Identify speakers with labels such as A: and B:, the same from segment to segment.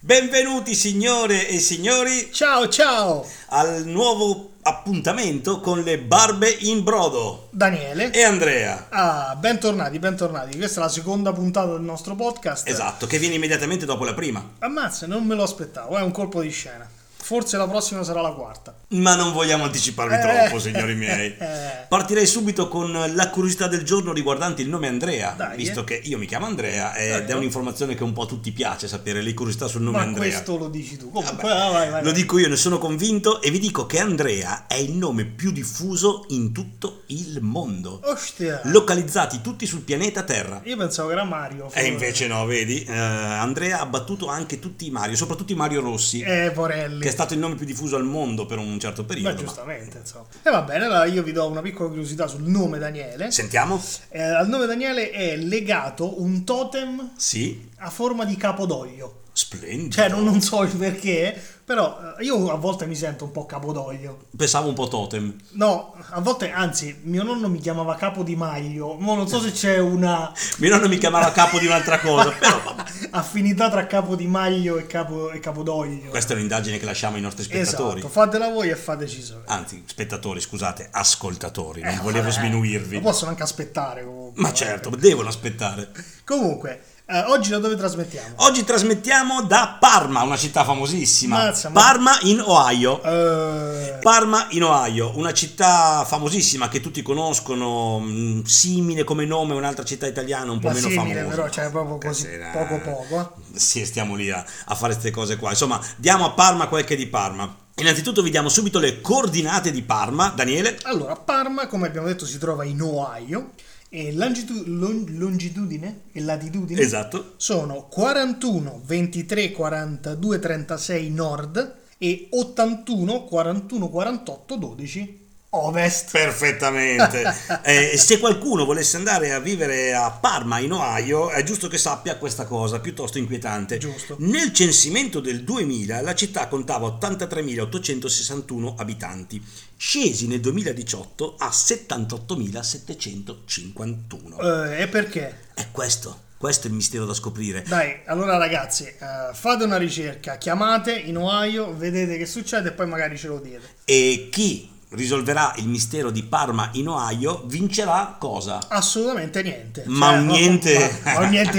A: Benvenuti signore e signori
B: Ciao ciao
A: al nuovo appuntamento con le barbe in brodo
B: Daniele.
A: e Andrea.
B: Ah, bentornati, bentornati. Questa è la seconda puntata del nostro podcast.
A: Esatto, che viene immediatamente dopo la prima.
B: Ammazza, non me lo aspettavo, è un colpo di scena. Forse la prossima sarà la quarta.
A: Ma non vogliamo anticiparvi
B: Eh.
A: troppo, signori miei.
B: Eh.
A: Partirei subito con la curiosità del giorno riguardante il nome Andrea,
B: Dai,
A: visto
B: eh.
A: che io mi chiamo Andrea ed è
B: Dai.
A: un'informazione che un po' a tutti piace sapere, le curiosità sul nome
B: Ma
A: Andrea. Eh,
B: questo lo dici tu. Comunque,
A: Vabbè,
B: ah, vai, vai,
A: Lo
B: vai.
A: dico io, ne sono convinto e vi dico che Andrea è il nome più diffuso in tutto il mondo,
B: Ostia.
A: localizzati tutti sul pianeta Terra.
B: Io pensavo che era Mario.
A: E invece no, vedi, eh, Andrea ha battuto anche tutti i Mario, soprattutto i Mario Rossi,
B: Eh, Porelli.
A: che è stato il nome più diffuso al mondo per un certo
B: Beh,
A: periodo. ma-
B: giustamente, insomma. E va bene, allora io vi do una piccola curiosità sul nome Daniele.
A: Sentiamo?
B: Eh, al nome Daniele è legato un totem
A: Sì,
B: a forma di capodoglio.
A: splendido.
B: Cioè, non, non so il perché, però eh, io a volte mi sento un po' capodoglio.
A: Pensavo un po' totem.
B: No, a volte, anzi, mio nonno mi chiamava capo di maglio. Mo non so se c'è una
A: Mio nonno mi chiamava capo di un'altra cosa, però vabbè.
B: affinità tra capo di maglio e, capo, e capodoglio.
A: Questa è un'indagine che lasciamo ai nostri spettatori.
B: Esatto, fatela voi e fateci sapere.
A: Anzi, spettatori, scusate, ascoltatori, non
B: Eh,
A: volevo
B: vabbè,
A: sminuirvi.
B: Lo possono anche aspettare comunque.
A: Ma certo, devono aspettare.
B: Comunque, eh, oggi da dove trasmettiamo?
A: Oggi trasmettiamo da Parma, una città famosissima.
B: Mazza, ma-
A: Parma in Ohio.
B: Eh,
A: Parma in Ohio, una città famosissima che tutti conoscono, mh, simile come nome a un'altra città italiana un po'
B: Ma
A: meno
B: simile,
A: famosa.
B: però, cioè, proprio così,
A: Stasera-
B: poco poco,
A: Sì, stiamo lì a, a fare queste cose qua. Insomma, diamo a Parma quel che è di Parma. Innanzitutto vi diamo subito le coordinate di Parma, Daniele.
B: allora, Parma, come abbiamo detto, si trova in Ohio e longitu- lon- longitudine e latitudine
A: Esatto.
B: sono 41 23 42 36 nord e 81 41 48 12 ovest.
A: Perfettamente. Eh, se qualcuno volesse andare a vivere a Parma, in Ohio, è giusto che sappia questa cosa, piuttosto inquietante.
B: Giusto.
A: Nel censimento del 2000 la città contava 83.861 abitanti, scesi nel 2018 a 78.751.
B: Eh, e perché?
A: È questo, questo è il mistero da scoprire.
B: Dai, allora ragazzi, eh, fate una ricerca, chiamate in Ohio, vedete che succede e poi magari ce lo dite.
A: E chi risolverà il mistero di Parma in Ohio vincerà cosa?
B: Assolutamente niente.
A: Ma un
B: no,
A: niente-
B: ma- ma un niente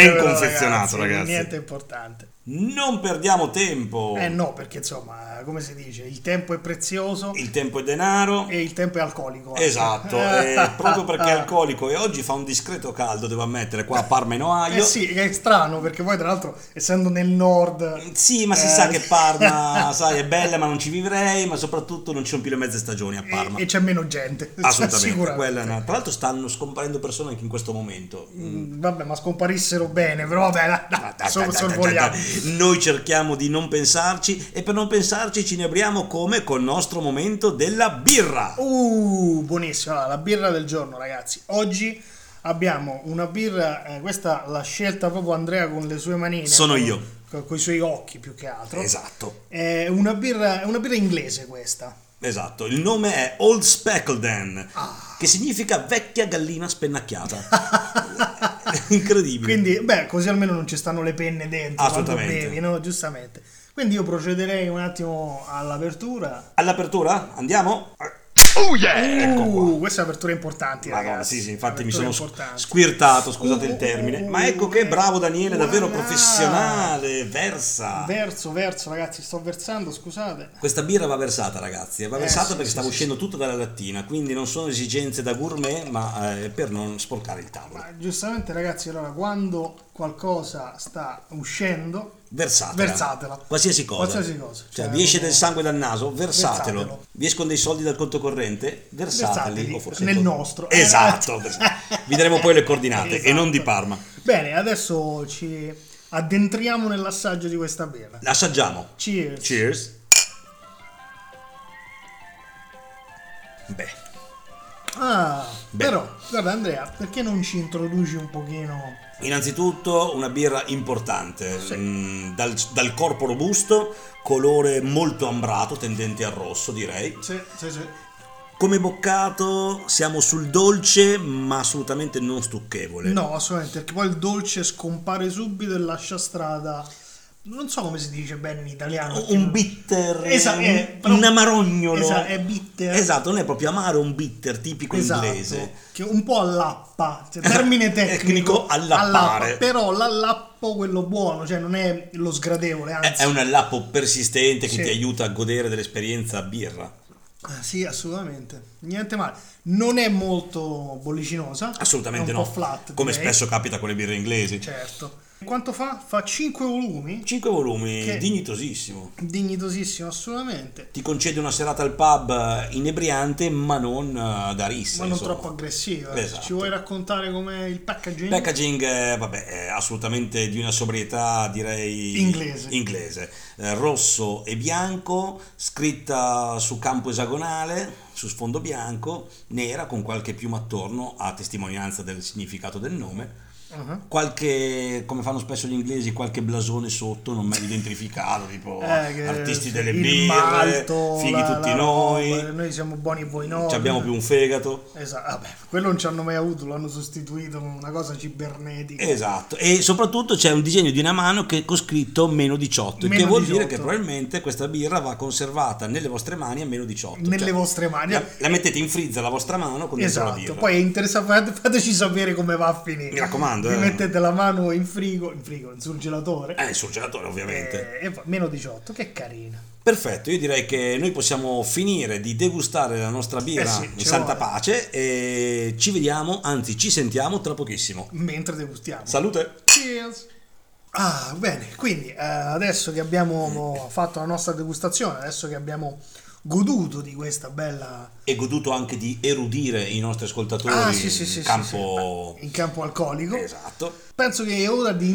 A: Ben
B: però,
A: confezionato, ragazzi. Oh.
B: Un niente importante.
A: Non perdiamo tempo.
B: Eh no, perché insomma, come si dice, il tempo è prezioso
A: Il tempo è denaro.
B: e il tempo è alcolico. eh.
A: Esatto, eh, proprio perché è alcolico e oggi fa un discreto caldo, devo ammettere, qua a Parma in Ohio.
B: Eh sì, che è strano perché poi tra l'altro essendo nel nord...
A: Sì, ma si
B: Eh.
A: sa che Parma, sai, è bella, ma non ci vivrei, ma soprattutto non ci sono più le mezze stagioni a
B: e-
A: Parma.
B: E, c'è meno gente.
A: Assolutamente,
B: Eh, sicuramente.
A: quella è una- Tra l'altro stanno scomparendo persone anche in questo momento.
B: Mm, Vabbè, ma scomparissero bene, però vabbè, dai, dai,
A: Dai, dai,
B: Ah, so-
A: dai, dai,
B: sorvoliamo.
A: dai, dai. Noi cerchiamo di non pensarci e per non pensarci ci ne apriamo come col nostro momento della birra.
B: Uh, buonissima. Allora, la birra del giorno, ragazzi. Oggi abbiamo una birra, eh, questa l'ha scelta proprio Andrea con le sue manine.
A: Sono io.
B: Con i suoi occhi più che altro.
A: Esatto,
B: È una birra, è una birra inglese questa.
A: esatto. Il nome è Old Speckledan,
B: Ah.
A: che significa vecchia gallina spennacchiata. Incredibile.
B: Quindi, beh, così almeno non ci stanno le penne dentro quando
A: Assolutamente.
B: bevi, no? Giustamente. Quindi io procederei un attimo all'apertura.
A: All'apertura andiamo?
C: Oh yeah!
A: Ecco qua.
B: Uh, queste aperture importanti,
A: Madonna,
B: ragazzi.
A: sì, sì, infatti mi
B: Aperture
A: sono
B: importanti.
A: squirtato, scusate il
B: Uh,
A: termine.
B: uh,
A: Ma ecco che bravo Daniele, davvero
B: voilà.
A: professionale, versa.
B: Verso, verso, ragazzi, sto versando, scusate.
A: Questa birra va versata, ragazzi, va
B: Eh,
A: versata
B: sì,
A: perché
B: sì,
A: stava
B: sì,
A: uscendo tutto dalla lattina, quindi non sono esigenze da gourmet, ma eh, per non sporcare il tavolo.
B: Ma Ah, giustamente, ragazzi, allora quando qualcosa sta uscendo,
A: Versatela.
B: Versatela.
A: Qualsiasi cosa.
B: Qualsiasi cosa.
A: Cioè,
B: Cioè,
A: vi esce
B: non-
A: del sangue dal naso, versatelo.
B: Versatelo.
A: Vi escono dei soldi dal conto corrente, versateli.
B: Versateli,
A: o forse
B: nel
A: il conto-
B: nostro.
A: Esatto.
B: Eh.
A: vi daremo poi le coordinate e non di
B: Esatto.
A: Parma.
B: bene, adesso ci addentriamo nell'assaggio di questa birra.
A: Assaggiamo.
B: Cheers.
A: Cheers. Beh,
B: Ah,
A: Beh.
B: però, guarda Andrea, perché non ci introduci un pochino?
A: innanzitutto una birra importante,
B: Sì.
A: mm, dal, dal corpo robusto, colore molto ambrato, tendente al rosso direi,
B: Sì, sì, sì.
A: Come boccato siamo sul dolce, ma assolutamente non stucchevole.
B: No, assolutamente, perché poi il dolce scompare subito e lascia strada. Non so come si dice bene in italiano. perché
A: Un
B: non-
A: bitter,
B: Esa-
A: un,
B: eh, però-
A: un amarognolo.
B: Esa- è bitter.
A: Esatto, non è proprio amaro, è un bitter tipico
B: Esatto,
A: inglese.
B: che un po' allappa, cioè, termine
A: Tecnico,
B: tecnico,
A: allappare.
B: però l'allappo quello buono, cioè non è lo sgradevole,
A: Eh, È,
B: anzi.
A: è un allappo persistente che
B: Sì.
A: ti aiuta a godere dell'esperienza birra.
B: Ah, Sì, assolutamente. Niente male. Non è molto bollicinosa.
A: Assolutamente
B: è un
A: no.
B: po' flat.
A: Come
B: direi.
A: spesso capita con le birre inglesi.
B: Certo. Quanto fa? Fa 5 volumi.
A: Cinque volumi,
B: Che-
A: dignitosissimo.
B: Dignitosissimo, assolutamente.
A: Ti concede una serata al pub eh, inebriante, ma non eh, da rissa.
B: Ma non
A: insomma.
B: troppo aggressiva.
A: Esatto.
B: Ci vuoi raccontare come il packaging?
A: Packaging, eh, vabbè, è assolutamente di una sobrietà, direi
B: Inglese.
A: inglese. Eh, rosso e bianco, scritta su campo esagonale, su sfondo bianco, nera con qualche piuma attorno a testimonianza del significato del nome.
B: Uh-huh.
A: Qualche, come fanno spesso gli inglesi, qualche blasone sotto non mai identificato, tipo
B: Eh, che-
A: oh, artisti delle
B: il
A: birre,
B: malto,
A: fighi
B: la-
A: tutti
B: la
A: noi,
B: roba, Noi siamo buoni e voi no.
A: ci abbiamo più un fegato.
B: Esatto, vabbè, quello non ci hanno mai avuto, l'hanno sostituito con una cosa cibernetica.
A: Esatto, e soprattutto c'è un disegno di una mano che con scritto meno 18, il
B: Meno
A: che vuol
B: 18.
A: dire che probabilmente questa birra va conservata nelle vostre mani a meno 18.
B: nelle
A: cioè,
B: vostre mani.
A: la, la mettete in frizza la vostra mano con dentro la
B: Esatto,
A: birra.
B: poi è interessante, fate- fateci sapere come va a finire.
A: Mi raccomando,
B: Vi
A: eh.
B: mettete la mano in frigo, in frigo, in surgelatore. Eh,
A: Eh, sul gelatore ovviamente.
B: e, e poi- meno 18, che carina.
A: Perfetto, io direi che noi possiamo finire di degustare la nostra birra
B: Eh sì,
A: in
B: ci
A: santa
B: vuole.
A: pace e ci vediamo, anzi ci sentiamo tra pochissimo.
B: Mentre degustiamo.
A: Salute!
B: Cheers! Ah, bene, quindi eh, adesso che abbiamo fatto la nostra degustazione, adesso che abbiamo goduto di questa bella
A: E goduto anche di erudire i nostri ascoltatori
B: Ah, sì, sì, sì,
A: in
B: sì,
A: campo...
B: in campo alcolico,
A: Esatto.
B: penso che è ora di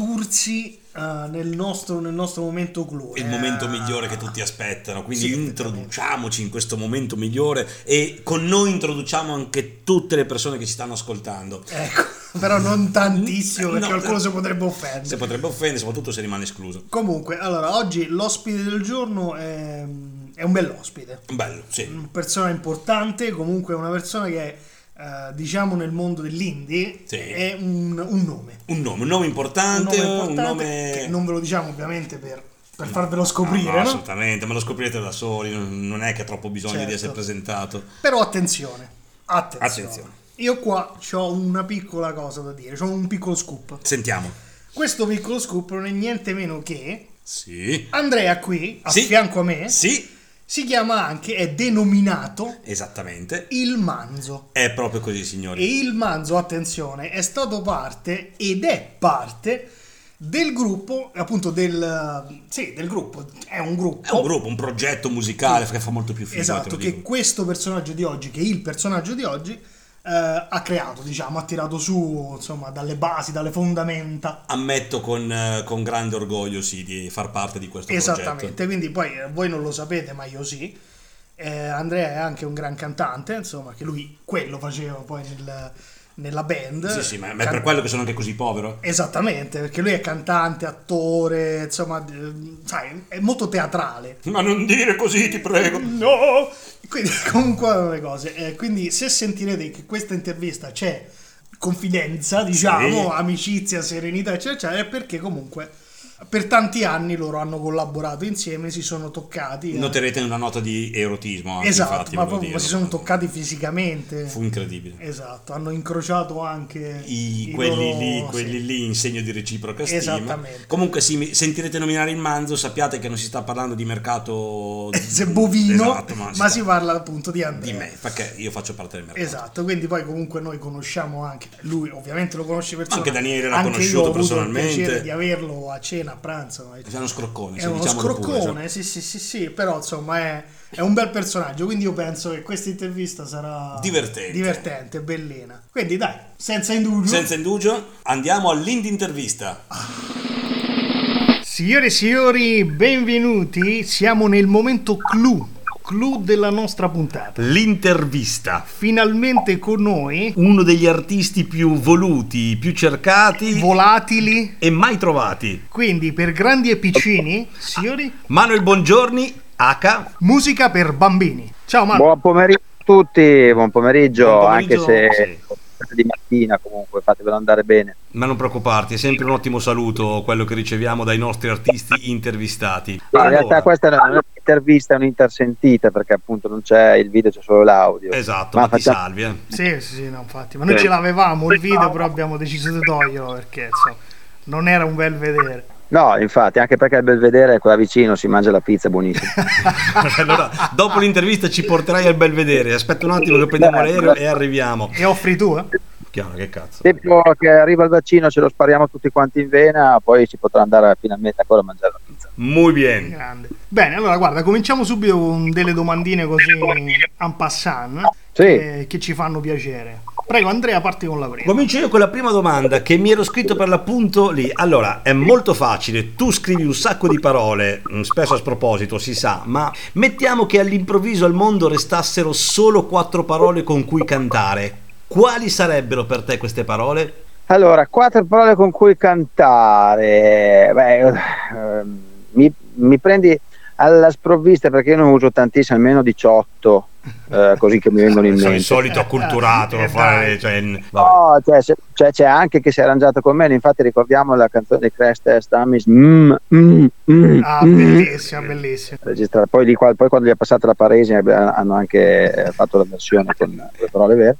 B: introdursi eh, nel, nostro, nel nostro momento clou.
A: il
B: eh.
A: momento migliore che tutti aspettano. Quindi
B: Sì,
A: introduciamoci in questo momento migliore e con noi introduciamo anche tutte le persone che ci stanno ascoltando.
B: Ecco, però non tantissimo perché
A: No,
B: qualcuno si potrebbe offendere.
A: Se potrebbe offendere, soprattutto se rimane escluso.
B: Comunque, allora, oggi l'ospite del giorno è, è un bell'ospite,
A: Bello, sì.
B: una persona importante, comunque una persona che, eh, diciamo, nel mondo dell'indie
A: Sì.
B: è un, un nome.
A: Un nome, un nome
B: Un
A: importante,
B: nome
A: un nome...
B: importante che non ve lo diciamo ovviamente per, per farvelo
A: Ah,
B: scoprire,
A: no,
B: no?
A: Assolutamente, ma lo scoprirete da soli, non non è che ha troppo bisogno di
B: Certo.
A: essere presentato.
B: Però attenzione, attenzione.
A: Attenzione.
B: Io qua ho una piccola cosa da dire, ho un piccolo scoop.
A: Sentiamo.
B: Questo piccolo scoop non è niente meno che
A: Sì.
B: Andrea qui, a
A: Sì.
B: fianco a me,
A: Sì,
B: si chiama anche, è denominato
A: esattamente.
B: Il Manzo.
A: È proprio così,
B: E
A: signori.
B: il Manzo, attenzione, è stato parte ed è parte del gruppo, appunto del... Sì, del gruppo, è un gruppo.
A: È un gruppo, un progetto musicale che fa molto più figo. te
B: Esatto,
A: lo
B: che
A: dico.
B: questo personaggio di oggi, che il personaggio di oggi, eh, ha creato, diciamo, ha tirato su, insomma, dalle basi, dalle fondamenta.
A: Ammetto con, eh, con grande orgoglio sì, di far parte di questo progetto.
B: Esattamente, quindi poi eh, voi non lo sapete, ma io sì. Eh, Andrea è anche un gran cantante, insomma, che lui quello faceva poi nel- nella band.
A: Sì, sì, ma ma è
B: Can-
A: per quello che sono anche così povero.
B: Esattamente, perché lui è cantante, attore, insomma, d- sai, è molto teatrale.
A: Ma non dire così, ti prego.
B: No! Quindi, comunque, erano le cose. Eh, quindi, se sentirete che questa intervista c'è confidenza, diciamo,
A: Sì.
B: amicizia, serenità, eccetera, eccetera, è perché comunque per tanti anni loro hanno collaborato insieme, si sono toccati. eh.
A: Noterete una nota di erotismo anche,
B: esatto,
A: Ah, infatti,
B: ma
A: voglio
B: proprio
A: dire.
B: si sono toccati fisicamente.
A: Fu incredibile.
B: Esatto, hanno incrociato anche
A: I,
B: i
A: quelli
B: loro-
A: lì,
B: sì.
A: quelli lì in segno di reciproca stima.
B: Esattamente.
A: Comunque, sì, mi- sentirete nominare il manzo, sappiate che non si sta parlando di mercato
B: Se bovino,
A: Esatto,
B: ma,
A: sta-
B: si parla appunto di Andrea.
A: di me, perché io faccio parte del mercato.
B: Esatto, quindi poi comunque noi conosciamo anche lui, ovviamente lo conosce personalmente.
A: Anche Daniele l'ha
B: Anche
A: conosciuto
B: io ho avuto
A: personalmente.
B: Il piacere di averlo a cena, a pranzo.
A: È uno scroccone,
B: È
A: se
B: uno
A: diciamolo pure,
B: scroccone,
A: cioè.
B: sì, sì, sì, sì, però insomma è, è un bel personaggio, quindi io penso che questa intervista sarà
A: Divertente.
B: divertente, bellina. Quindi dai, senza
C: Mm.
B: indugio.
A: Senza indugio, andiamo all'indintervista.
B: Signore e signori, benvenuti, siamo nel momento clou, clou della nostra puntata.
A: L'intervista.
B: Finalmente con noi,
A: uno degli artisti più voluti, più cercati
B: volatili,
A: e mai trovati.
B: Quindi per grandi e piccini, signori,
A: Manuel Bongiorni, H.
B: musica per bambini. Ciao Marco.
C: Buon pomeriggio tutti, buon pomeriggio,
A: Buon
C: anche
A: pomeriggio,
C: se di mattina comunque fatevelo andare bene.
A: Ma non preoccuparti, è sempre un ottimo saluto quello che riceviamo dai nostri artisti intervistati.
C: In
A: Allora,
C: realtà questa non è un'intervista, è un'intersentita perché appunto non c'è il video, c'è solo l'audio.
A: Esatto,
C: Ma
A: ma ti
C: facciamo-
A: salvi. eh.
B: Sì, sì, sì, no, infatti. Ma noi ce l'avevamo il video, però abbiamo deciso di toglierlo perché insomma, non era un bel vedere.
C: No, infatti, anche perché il Belvedere è qua vicino, si mangia la pizza, buonissima.
A: allora, dopo l'intervista ci porterai al Belvedere. Aspetta un attimo che prendiamo l'aereo e arriviamo.
B: E offri tu? eh?
A: Chiaro, che cazzo.
C: Tempo che arriva il vaccino, ce lo spariamo tutti quanti in vena, poi si potrà andare finalmente ancora a mangiare la pizza.
A: Muy bien.
B: Grande. Bene, allora guarda, cominciamo subito con delle domandine così en passant
C: Sì.
B: eh, che ci fanno piacere. Prego Andrea, parti con la prima.
A: Comincio io con la prima domanda che mi ero scritto per l'appunto lì. Allora, è molto facile, tu scrivi un sacco di parole, mh, spesso a sproposito, si sa, ma mettiamo che all'improvviso al mondo restassero solo quattro parole con cui cantare. Quali sarebbero per te queste parole?
C: Allora, quattro parole con cui cantare. Beh, ehm, mi, mi prendi alla sprovvista perché io non uso tantissime, almeno 18, eh, così che mi vengono in
A: Sono
C: mente.
A: il solito acculturato,
B: Eh,
A: fare,
B: dai.
A: cioè, n- vabbè.
C: No, cioè, se- cioè, c'è anche che si è arrangiato con me, infatti ricordiamo la canzone di Crash Test Dummies, mm, mm, mm,
B: Ah,
C: mm.
B: bellissima, bellissima.
C: Registrata. Poi, lì, qua- poi quando gli è passata la Paresi abbi- hanno anche eh, fatto la versione con le parole vere.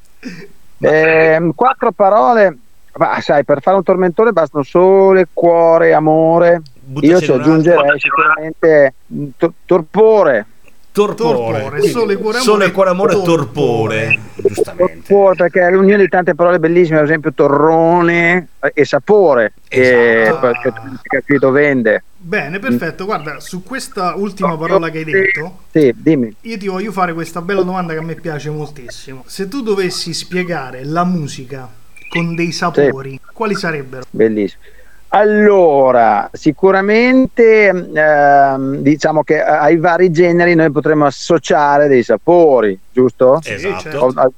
C: Ehm, quattro parole, ma sai, per fare un tormentone bastano sole, cuore, amore.
A: Buttacelo
C: Io ci
A: un altro.
C: aggiungerei sicuramente mm, tor- torpore,
A: Torpore,
B: Torpore, sole, cuore, amore,
A: sole, cuore, amore, torpore.
B: torpore.
A: Giustamente.
C: torpore perché è l'unione di tante parole bellissime, ad esempio torrone eh, e sapore, che
B: Esatto.
C: perché tu non hai capito vende.
B: Bene, perfetto. Guarda, su questa ultima parola che hai detto,
C: Sì, dimmi.
B: io ti voglio fare questa bella domanda che a me piace moltissimo. Se tu dovessi spiegare la musica con dei sapori, quali sarebbero?
C: Bellissimo. Allora, sicuramente ehm, diciamo che ai vari generi noi potremmo associare dei sapori, giusto?
B: Sì,
A: Esatto.
B: certo.
C: Ho-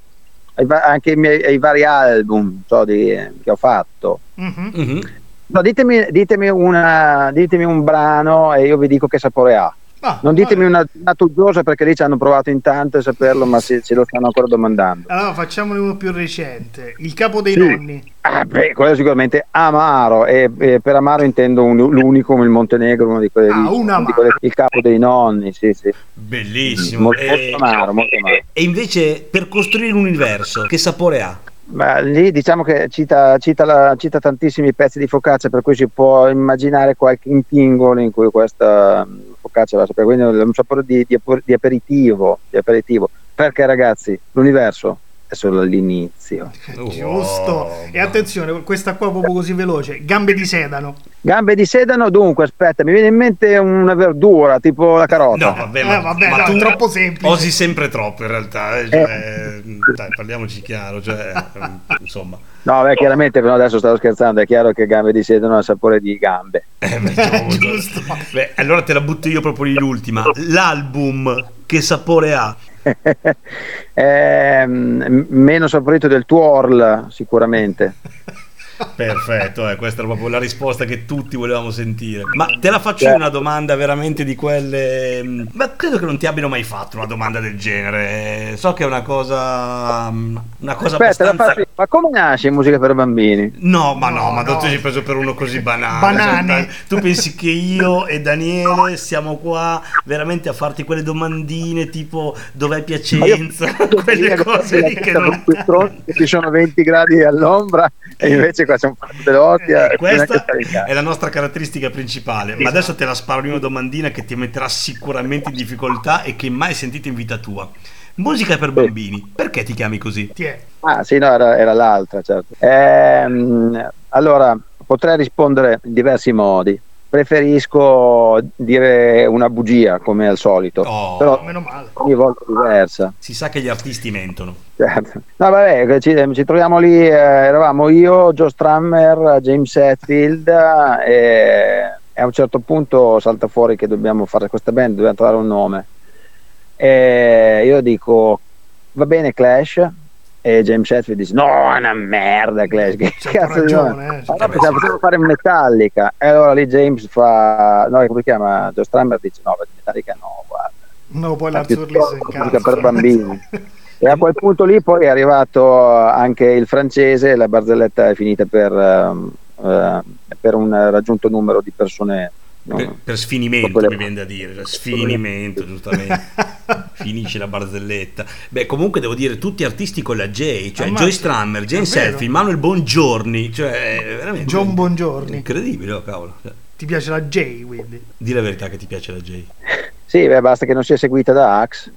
C: ai va- anche ai, miei- ai vari album so, di- eh, che ho fatto.
B: Mhm.
C: Mm.
A: Mhm.
C: No, ditemi, ditemi una- ditemi un brano e io vi dico che sapore ha.
B: Ah,
C: Non ditemi
B: vabbè.
C: una, una tuggiosa perché lì ci hanno provato in tanto a saperlo, ma se, se lo stanno ancora domandando.
B: Allora facciamone uno più recente. Il capo dei
C: Sì.
B: nonni.
C: Ah, beh, quello è sicuramente amaro e, e per amaro intendo un, l'unicum, il Montenegro, uno di quelli
B: Ah,
C: lì,
B: un
C: uno
B: amaro.
C: di quelli- il capo dei nonni, sì, sì.
A: Bellissimo.
C: Molto,
A: E-
C: molto amaro, molto amaro.
A: E invece per costruire un universo, che sapore ha?
C: Ma lì diciamo che cita, cita la- cita tantissimi pezzi di focaccia, per cui si può immaginare qualche impingolo in cui questa mh, focaccia va sapere. Quindi è un sapore di, di apo- di aperitivo, di aperitivo. Perché ragazzi, l'universo è solo all'inizio.
A: Oh,
B: Giusto. E
A: ma-
B: attenzione, questa qua proprio così veloce. Gambe di sedano.
C: Gambe di sedano, dunque, aspetta, mi viene in mente una verdura, tipo la carota.
A: No, vabbè,
B: Eh,
A: ma,
B: vabbè,
A: ma
B: no,
A: tu
B: è troppo semplice.
A: Osi sempre troppo in realtà, eh, cioè, dai, parliamoci chiaro, cioè, eh, insomma.
C: No, beh, chiaramente però adesso stavo scherzando, è chiaro che gambe di sedano ha sapore di gambe.
A: Eh, beh,
B: Giusto.
A: Beh, allora te la butto io proprio lì l'ultima. L'album che sapore ha?
C: Ehm, m- meno saporito del tuorl, sicuramente.
A: Perfetto, eh, questa era proprio la risposta che tutti volevamo sentire. Ma te la faccio io una domanda veramente di quelle... mm, Ma credo che non ti abbiano mai fatto una domanda del genere. eh, So che è una cosa... mm, Una cosa
C: Aspetta, la
A: abbastanza...
C: faccio- ma come nasce Musica per Bambini?
A: No, ma no,
B: No,
A: ma
B: no.
A: tu sei preso per uno così banale.
B: Banane.
A: Cioè, tu pensi che io e Daniele siamo qua veramente a farti quelle domandine tipo dov'è Piacenza? quelle cose lì che non...
C: Qui tro- Ci sono 20 gradi all'ombra e invece qua c'è un fatto dell'ottia.
A: Eh,
C: e bisogna anche
A: Questa
C: stare in casa.
A: è la nostra caratteristica principale,
C: Esatto.
A: ma adesso te la sparo in una domandina che ti metterà sicuramente in difficoltà e che mai sentito in vita tua. Musica per bambini, perché ti chiami così?
B: Ti è.
C: Ah, sì, no, era, era l'altra, certo. Ehm, allora, potrei rispondere in diversi modi. Preferisco dire una bugia, come al solito,
A: Oh.
C: però
B: Meno male.
C: ogni volta diversa.
A: Si sa che gli artisti mentono.
C: certo. No, vabbè, ci, ci troviamo lì, eh, eravamo io, Joe Strammer, James Hetfield eh, e a un certo punto salta fuori che dobbiamo fare questa band, dobbiamo trovare un nome. E io dico, va bene Clash? E James Hetfield dice, no, è una merda Clash, che
B: C'ha
C: cazzo di
B: ragione,
C: nome?
B: eh, c'ha
C: Ah, no, pensavo potevamo fare Metallica. E allora lì James fa, no, come si chiama? Joe Strammer dice, no, Metallica no, guarda.
B: No, poi
C: Ma
B: l'Azzurli si
C: piuttosto musica per bambini. E a quel punto lì poi è arrivato anche il francese e la barzelletta è finita per, eh, per un raggiunto numero di persone. no?
A: Per, per sfinimento
C: Quelle-
A: mi viene da dire, cioè, sfinimento giustamente, finisce la barzelletta. Beh comunque devo dire tutti artisti con la J, cioè
B: Ammazza.
A: Joy Strammer, Jane
B: È vero.
A: Selfie, Manuel Bongiorni, cioè è veramente...
B: John Bongiorni.
A: Incredibile, oh, cavolo. Cioè,
B: Ti piace la J, quindi?
A: Di la verità che ti piace la J.
C: Sì, beh, basta che non sia seguita da Axe.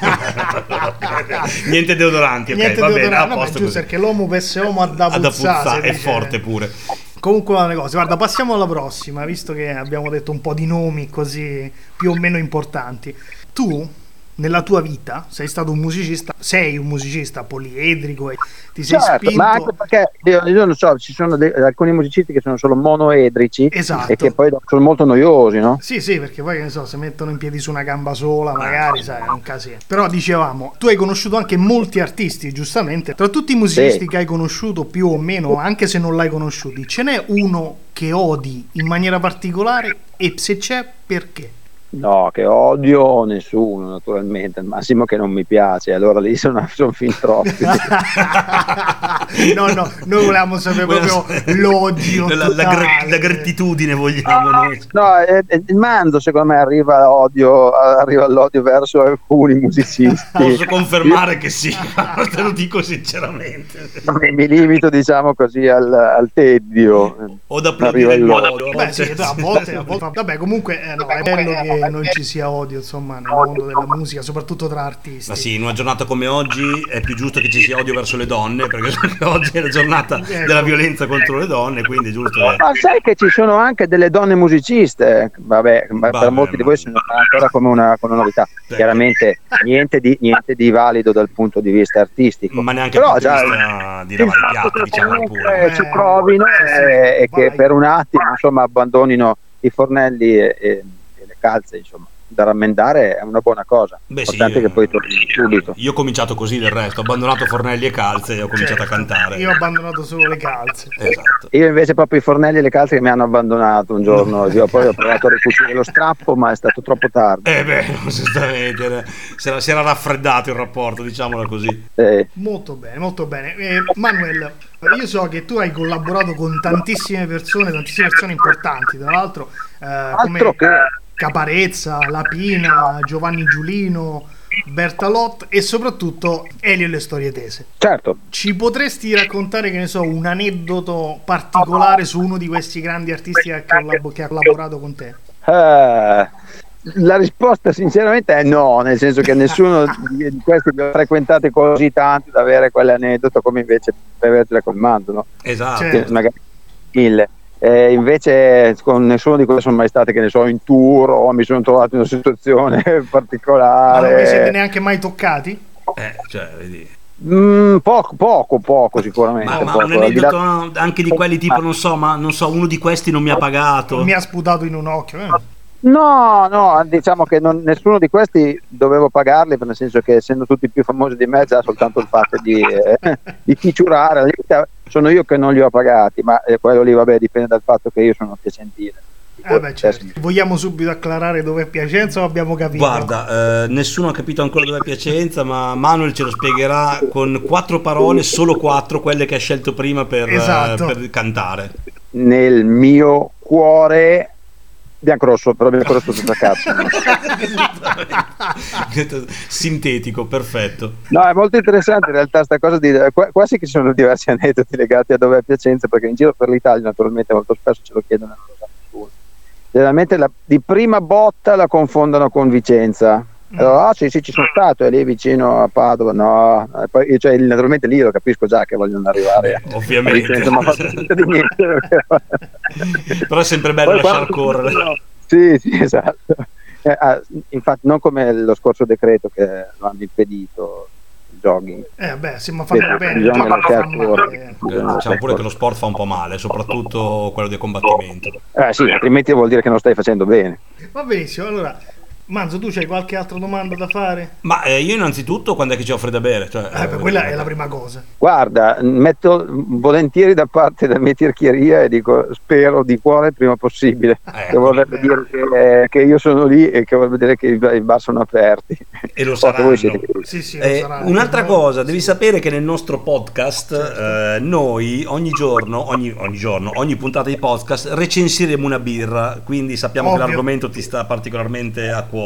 A: Ah. niente deodoranti, ok,
B: Niente
A: va
B: di
A: bene, a
B: odorante, no, ma è
A: posto
B: giusto
A: così.
B: perché l'uomo per essere uomo ha da
A: Ad
B: puzzare.
A: affuzzare, è
B: dice-
A: forte pure.
B: Comunque una cosa, guarda, passiamo alla prossima, visto che abbiamo detto un po' di nomi così più o meno importanti. Tu, nella tua vita, sei stato un musicista, sei un musicista poliedrico e ti sei
C: Certo,
B: spinto...
C: ma anche perché io, io non so, ci sono de- alcuni musicisti che sono solo monoedrici
B: Esatto.
C: e che poi dopo sono molto noiosi, no?
B: Sì, sì, perché poi che ne so, se mettono in piedi su una gamba
A: Ah,
B: sola, magari, sai, è un casino. Però dicevamo, tu hai conosciuto anche molti artisti, giustamente. Tra tutti i musicisti
C: Sì.
B: che hai conosciuto, più o meno, anche se non l'hai conosciuti, ce n'è uno che odi in maniera particolare e se c'è, perché?
C: No, che odio nessuno naturalmente, al massimo che non mi piace, allora lì sono, sono fin troppi.
B: no, no, noi volevamo sapere proprio l'odio.
A: la, la, gre-
B: totale.
A: la gratitudine vogliamo noi.
C: No, eh, eh, il mando secondo me arriva, all'odio- arriva all'odio verso alcuni
A: Posso
C: musicisti,
A: confermare che sì, te lo dico sinceramente.
C: mi, mi limito diciamo così al, al tedio.
A: Ho da
C: Arriva
A: applaudire il
C: il
A: modo.
C: loro.
B: Beh, sì, a volte, a volte- Vabbè, comunque eh, no, è bello che non ci sia odio, insomma, nel mondo della musica, soprattutto tra artisti.
A: Ma sì, in una giornata come oggi è più giusto che ci sia odio verso le donne, perché oggi è la giornata
B: Ecco.
A: della violenza contro le donne, quindi è giusto che...
C: Ma sai che ci sono anche delle donne musiciste, vabbè, ma
A: Vabbè,
C: per molti di voi
A: ma-
C: sono ancora come una, come una novità.
A: Sì.
C: Chiaramente niente di, niente di valido dal punto di vista artistico.
A: Ma neanche
C: Però
A: dal punto di
C: già-
A: vista di lavare i
C: il fatto
A: piatti,
C: che
A: diciamo pure.
C: comunque ci provino
B: Eh,
C: e, e
B: vai.
C: che per un attimo insomma, abbandonino i fornelli e, e- e le calze insomma. da rammendare è una buona cosa.
A: Beh, sì,
C: Importante
A: eh.
C: che poi torni subito.
A: Io ho cominciato così del resto, ho abbandonato fornelli e calze e ho cominciato
B: Certo,
A: a cantare.
B: Io ho abbandonato solo le calze.
A: Esatto.
C: Io invece proprio i fornelli e le calze che mi hanno abbandonato un giorno, io poi ho provato a ricucire lo strappo ma è stato troppo tardi.
A: Eh beh, giustamente, era- si era, si era raffreddato il rapporto, diciamola così.
C: Eh,
B: Molto bene, molto bene. Eh, Manuel, io so che tu hai collaborato con tantissime persone, tantissime persone importanti, tra l'altro, eh,
C: altro
B: come
C: che...
B: Caparezza, Lapina, Giovanni Giulino, Bertalot e soprattutto Elio e le storie tese.
C: Certo,
B: Ci potresti raccontare, che ne so, un aneddoto particolare su uno di questi grandi artisti che ha, collab- che ha collaborato con te?
C: Eh, la risposta sinceramente è no, nel senso che nessuno di di questi li ho frequentati così tanto da avere quell'aneddoto come invece per avertela con il mando, no?
A: Esatto.
B: Cioè,
C: Che magari mille. Eh, invece con nessuno di quelle sono mai state che ne so in tour o mi sono trovato in una situazione
B: Ma non vi siete
C: particolare.
B: neanche mai toccati?
A: Eh, cioè, vedi.
C: Mm, poco, poco, poco sicuramente.
A: Ma, ma
C: poco.
A: un
C: Al di là-
A: aneddoto anche di quelli tipo, non so, ma non so, uno di questi non mi ha pagato.
B: Mi ha sputato in un occhio. eh.
C: No, no, diciamo che non- nessuno di questi dovevo pagarli, nel senso che essendo tutti più famosi di me, già soltanto il fatto di, eh, di chicciurare, alla limite sono io che non li ho pagati, ma eh, quello lì vabbè dipende dal fatto che io sono piacentino.
B: Eh beh, certo. Vogliamo subito acclarare dove è Piacenza o abbiamo capito?
A: Guarda, eh, nessuno ha capito ancora dove è Piacenza, ma Manuel ce lo spiegherà con quattro parole, solo quattro, quelle che ha scelto prima per, eh,
B: Esatto.
A: per cantare.
C: Nel mio cuore biancorosso, però biancorosso senza cazzo.
A: Sintetico, perfetto.
C: No, è molto interessante in realtà sta cosa di qua- quasi che ci sono diversi aneddoti legati a dove è Piacenza, perché in giro per l'Italia naturalmente molto spesso ce lo chiedono e non lo sa nessuno. Generalmente la- di prima botta la confondono con Vicenza.
B: Mm.
C: Allora, ah sì, sì, ci sono stato, è lì vicino a Padova, no, E poi- cioè, naturalmente lì lo capisco già che vogliono arrivare a- a
A: Ovviamente.
C: Vicenza, ma faccio finta di niente.
A: Però è sempre bello
C: Poi
A: lasciar
C: quando-
A: correre.
C: Sì, sì, esatto. Eh, ah, infatti, non come lo scorso decreto che lo hanno impedito il jogging.
B: Eh beh, sì, ma
C: Sì,
B: fanno bene.
C: bisogna
B: ma fanno
C: lasciar
B: male.
C: correre.
A: Eh, Diciamo pure che lo sport fa un po' male, soprattutto quello del combattimento.
C: Eh sì, altrimenti vuol dire che non stai facendo bene.
B: Va benissimo, allora Manzo, tu c'hai qualche altra domanda da fare?
A: Ma eh, io innanzitutto quando è che ci offre da bere? Cioè,
B: Eh, beh, quella è la prima cosa.
C: Guarda, metto volentieri da parte la mia tirchieria e dico spero di cuore il prima possibile,
A: Eh,
C: che vorrebbe
B: eh.
C: dire che, che io sono lì e che vorrebbe dire che i i bar sono aperti.
A: E lo
C: So che voi
A: saranno.
C: siete-
B: Sì, sì,
A: Eh,
B: lo sarà.
A: un'altra
B: No?
A: cosa, devi
B: Sì.
A: sapere che nel nostro podcast
B: Certo.
A: eh, noi ogni giorno, ogni, ogni giorno, ogni puntata di podcast recensiremo una birra, quindi sappiamo
B: Ovvio.
A: che l'argomento ti sta particolarmente a cuore.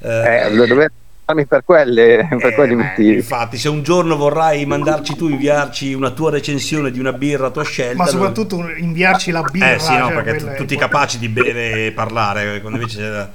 C: Eh, lo dovete farmi per, quelle, per
A: eh,
C: quelli
A: beh,
C: motivi.
A: Infatti, se un giorno vorrai mandarci tu, inviarci una tua recensione di una birra a tua scelta,
B: Ma
A: lo-
B: soprattutto inviarci la birra.
A: eh sì, no,
B: cioè,
A: perché
B: quella
A: tu-
B: è
A: tutti
B: importante.
A: capaci di bere e parlare, quando invece eh,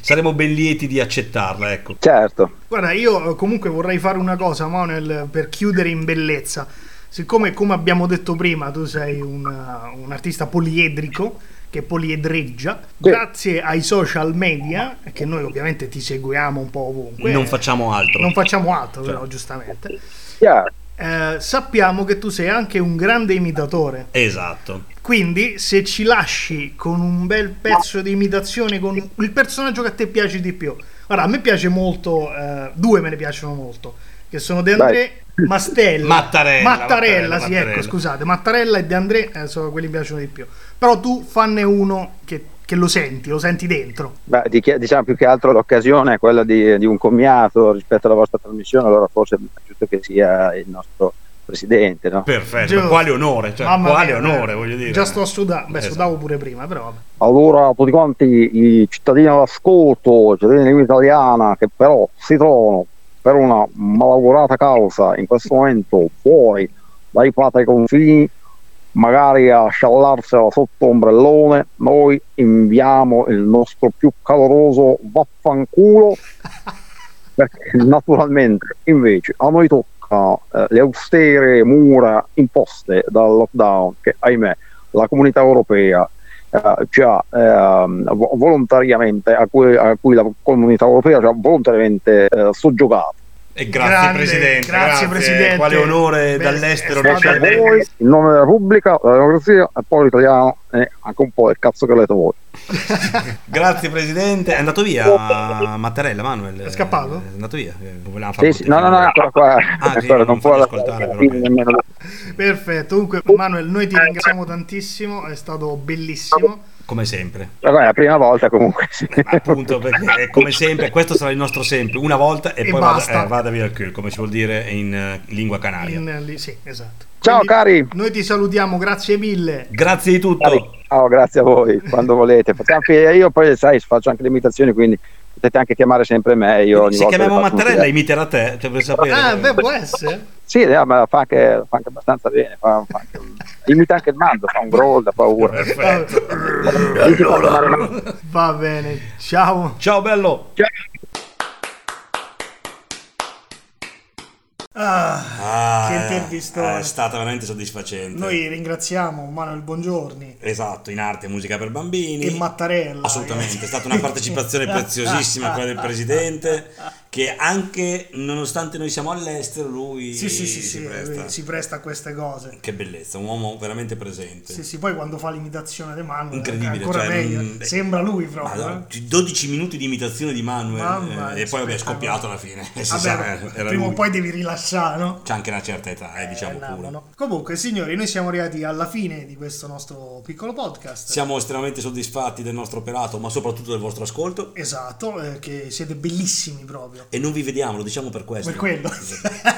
A: saremo ben lieti di accettarla, ecco.
C: Certo,
B: Guarda, io eh, comunque vorrei fare una cosa, Manuel, per chiudere in bellezza. Siccome, come abbiamo detto prima, tu sei una- un artista poliedrico che poliedreggia, grazie ai social media, che noi ovviamente ti seguiamo un po' ovunque,
A: non facciamo altro.
B: non facciamo altro,
A: Cioè.
B: però, giustamente,
C: chiaro.
B: eh, sappiamo che tu sei anche un grande imitatore.
A: Esatto.
B: Quindi, se ci lasci con un bel pezzo di imitazione, con il personaggio che a te piace di più. Guarda, a me piace molto, eh, due me ne piacciono molto, che sono De André Mastella.
A: Mattarella,
B: Mattarella,
A: Mattarella,
B: sì,
A: Mattarella.
B: ecco, scusate. Mattarella e De André eh, sono quelli che mi piacciono di più. Però tu fanne uno che, che lo senti, lo senti dentro.
C: Beh, di chi- diciamo più che altro l'occasione è quella di, di un commiato rispetto alla vostra trasmissione, allora forse è giusto che sia il nostro presidente, no?
A: Perfetto,
B: Giusto.
A: quale onore, cioè,
B: Mamma
A: quale
B: mia,
A: onore,
B: eh,
A: voglio dire.
B: Già sto sudando, beh,
A: Esatto.
B: sudavo pure prima, però vabbè.
C: Allora, a tutti quanti i cittadini all'ascolto, i cittadini di lingua italiana, che però si trovano per una malaugurata causa in questo momento fuori dai patri confini, magari a sciallarsela sotto ombrellone, noi inviamo il nostro più caloroso vaffanculo, perché naturalmente invece a noi tocca eh, le austere mura imposte dal lockdown, che ahimè la comunità europea eh, ci ha ehm, vo- volontariamente, a cui, a cui la comunità europea ci ha volontariamente eh, soggiogato.
A: E grazie
B: Grande,
A: Presidente,
B: grazie, Presidente.
A: Quale onore
B: Beh,
A: dall'estero
B: è stato
A: riuscire a
B: bello.
A: vedere.
C: Voi, in nome della Repubblica, della democrazia, e poi l'italiano e anche un po' il cazzo che avete voi.
A: Grazie Presidente, è andato via Mattarella Manuel.
B: È scappato?
A: È andato via. eh, volevamo
C: Sì,
A: farlo
C: sì, no, no, no, ancora qua,
A: Ah, sì,
C: ancora,
A: non
C: non può
A: farlo
C: lasciare
A: ascoltare,
C: il
A: però.
C: nemmeno lui.
B: Perfetto, comunque Manuel, noi
C: Eh,
B: ti ringraziamo tantissimo, è stato bellissimo.
A: Come sempre.
C: Però è la prima volta comunque. sì.
A: Ma Appunto, perché eh, come sempre, questo sarà il nostro sempre, una volta e,
B: E
A: poi vada,
B: basta.
A: eh, vada via il culo, come si vuol dire in eh, lingua canaria.
B: In- lì- sì, esatto.
C: Ciao
B: Quindi
C: cari,
B: Noi ti salutiamo, grazie mille.
A: Grazie di tutto.
C: Cari, ciao, Oh, grazie a voi, quando volete. Facciamo anche- io poi sai, faccio anche le imitazioni, quindi potete anche chiamare sempre me. Io ogni
A: Se
C: volta
A: chiamiamo
C: le faccio
A: Mattarella
C: un-
A: imiterà te, cioè per sapere.
B: Ah, beh, può essere.
C: Sì, eh, ma fa anche, fa anche abbastanza bene. fa- fa anche- imita anche il mando, fa un growl da paura.
A: Perfetto.
C: Lì si fa chiamare Mando.
B: Va bene, ciao.
A: Ciao bello.
B: Ah,
A: Ah,
B: Che
A: eh,
B: intervistone.
A: È stata veramente soddisfacente.
B: noi ringraziamo Manuel Buongiorni
A: Esatto, in arte e musica per bambini.
B: e Mattarella.
A: Assolutamente, è
B: ragazzi.
A: stata una partecipazione preziosissima quella del presidente che anche nonostante noi siamo all'estero lui
B: Sì, sì, sì,
A: si
B: sì,
A: presta.
B: lui si presta a queste cose.
A: Che bellezza, un uomo veramente presente.
B: Sì, sì, poi quando fa l'imitazione di Manuel è
A: Incredibile,
B: ancora
A: cioè,
B: meglio.
A: non-
B: Sembra lui proprio.
A: Madonna,
B: eh.
A: 12 minuti di imitazione di Manuel
B: Mamma,
A: eh, e poi vabbè, è
B: spettacolo.
A: scoppiato alla fine. Si sa,
B: Vabbè,
A: eh, era
B: prima o
A: lui.
B: poi devi rilasciare, no?
A: C'è anche una certa età, eh, diciamo
B: Eh, no,
A: pure.
B: no. Comunque, signori, noi siamo arrivati alla fine di questo nostro piccolo podcast.
A: Siamo estremamente soddisfatti del nostro operato, ma soprattutto del vostro ascolto.
B: Esatto, eh, che siete bellissimi proprio.
A: E non vi vediamo, lo diciamo per questo.
B: Per quello.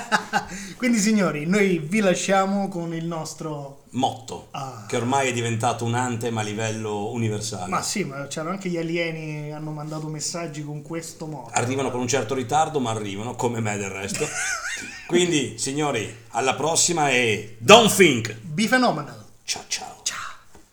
B: Quindi, signori, noi vi lasciamo con il nostro.
A: Motto,
B: Ah.
A: che ormai è diventato un antema a livello universale.
B: Ma sì, ma c'erano anche gli alieni che hanno mandato messaggi con questo modo.
A: Arrivano con un certo ritardo, ma arrivano, come me del resto. Quindi, signori, alla prossima e don't think!
B: Be phenomenal.
A: Ciao ciao!